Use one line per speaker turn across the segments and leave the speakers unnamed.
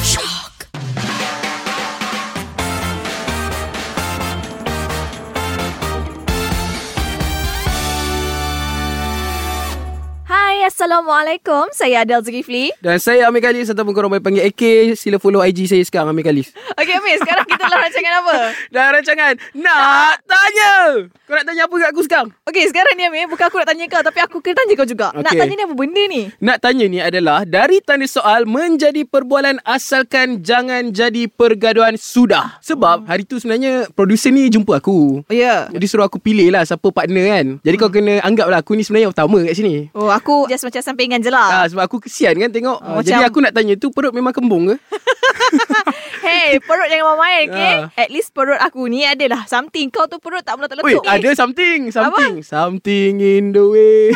Shock.
Hai, Assalamualaikum. Saya Adel Zulkifli.
Dan saya Amir Khalis Ataupun korang boleh panggil AK Sila follow IG saya sekarang Amir Khalis
Okey, Amir. Sekarang kita lah rancangan apa?
Dan rancangan Nak Tanya Kau nak tanya apa kat aku sekarang?
Okey, sekarang ni Amir. Bukan aku nak tanya kau. Tapi aku kena tanya kau juga. Nak
Okey.
tanya ni apa benda ni?
Nak tanya ni adalah Dari tanda soal Menjadi perbualan Asalkan jangan jadi pergaduhan Sudah Sebab hari tu sebenarnya Producer ni jumpa aku
Oh, ya.
Dia suruh aku pilih lah Siapa partner kan Jadi kau kena anggaplah Aku ni sebenarnya yang utama kat sini
Oh, aku just macam sampingan je lah.
Ah, sebab aku kesian kan tengok
Oh,
Jadi
macam-
aku nak tanya tu Perut memang kembung ke?
hey, perut jangan main-main, okay?
Ah.
At least perut aku ni adalah something. Kau tu perut tak
Wait,
meletup-letup.
ada something, something, something in the way.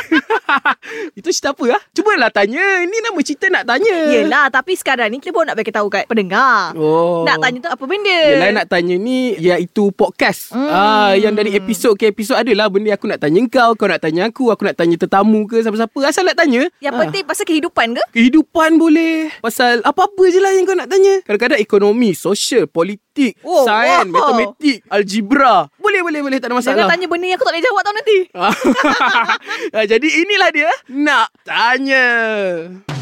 Itu cerita apa ah? Cubalah tanya. Ini nama cerita nak tanya.
Yelah, tapi sekarang ni kita baru nak bagi tahu kat pendengar.
Oh.
Nak tanya tu apa benda?
Yelah nak tanya ni Iaitu podcast
Hmm.
ah, Yang dari episod ke episod Adalah benda yang aku nak tanya kau Kau nak tanya aku Aku nak tanya tetamu ke Siapa-siapa Asal nak tanya
Yang
Ah.
penting pasal kehidupan ke?
Kehidupan boleh Pasal apa-apa je lah yang kau nak tanya Kadang-kadang ekonomi, sosial, politik
Oh,
Sains,
wow.
matematik, algebra Boleh, boleh, boleh Tak ada masalah
Jangan tanya benda yang aku tak boleh jawab tau nanti.
Ah, Jadi inilah dia Nak Tanya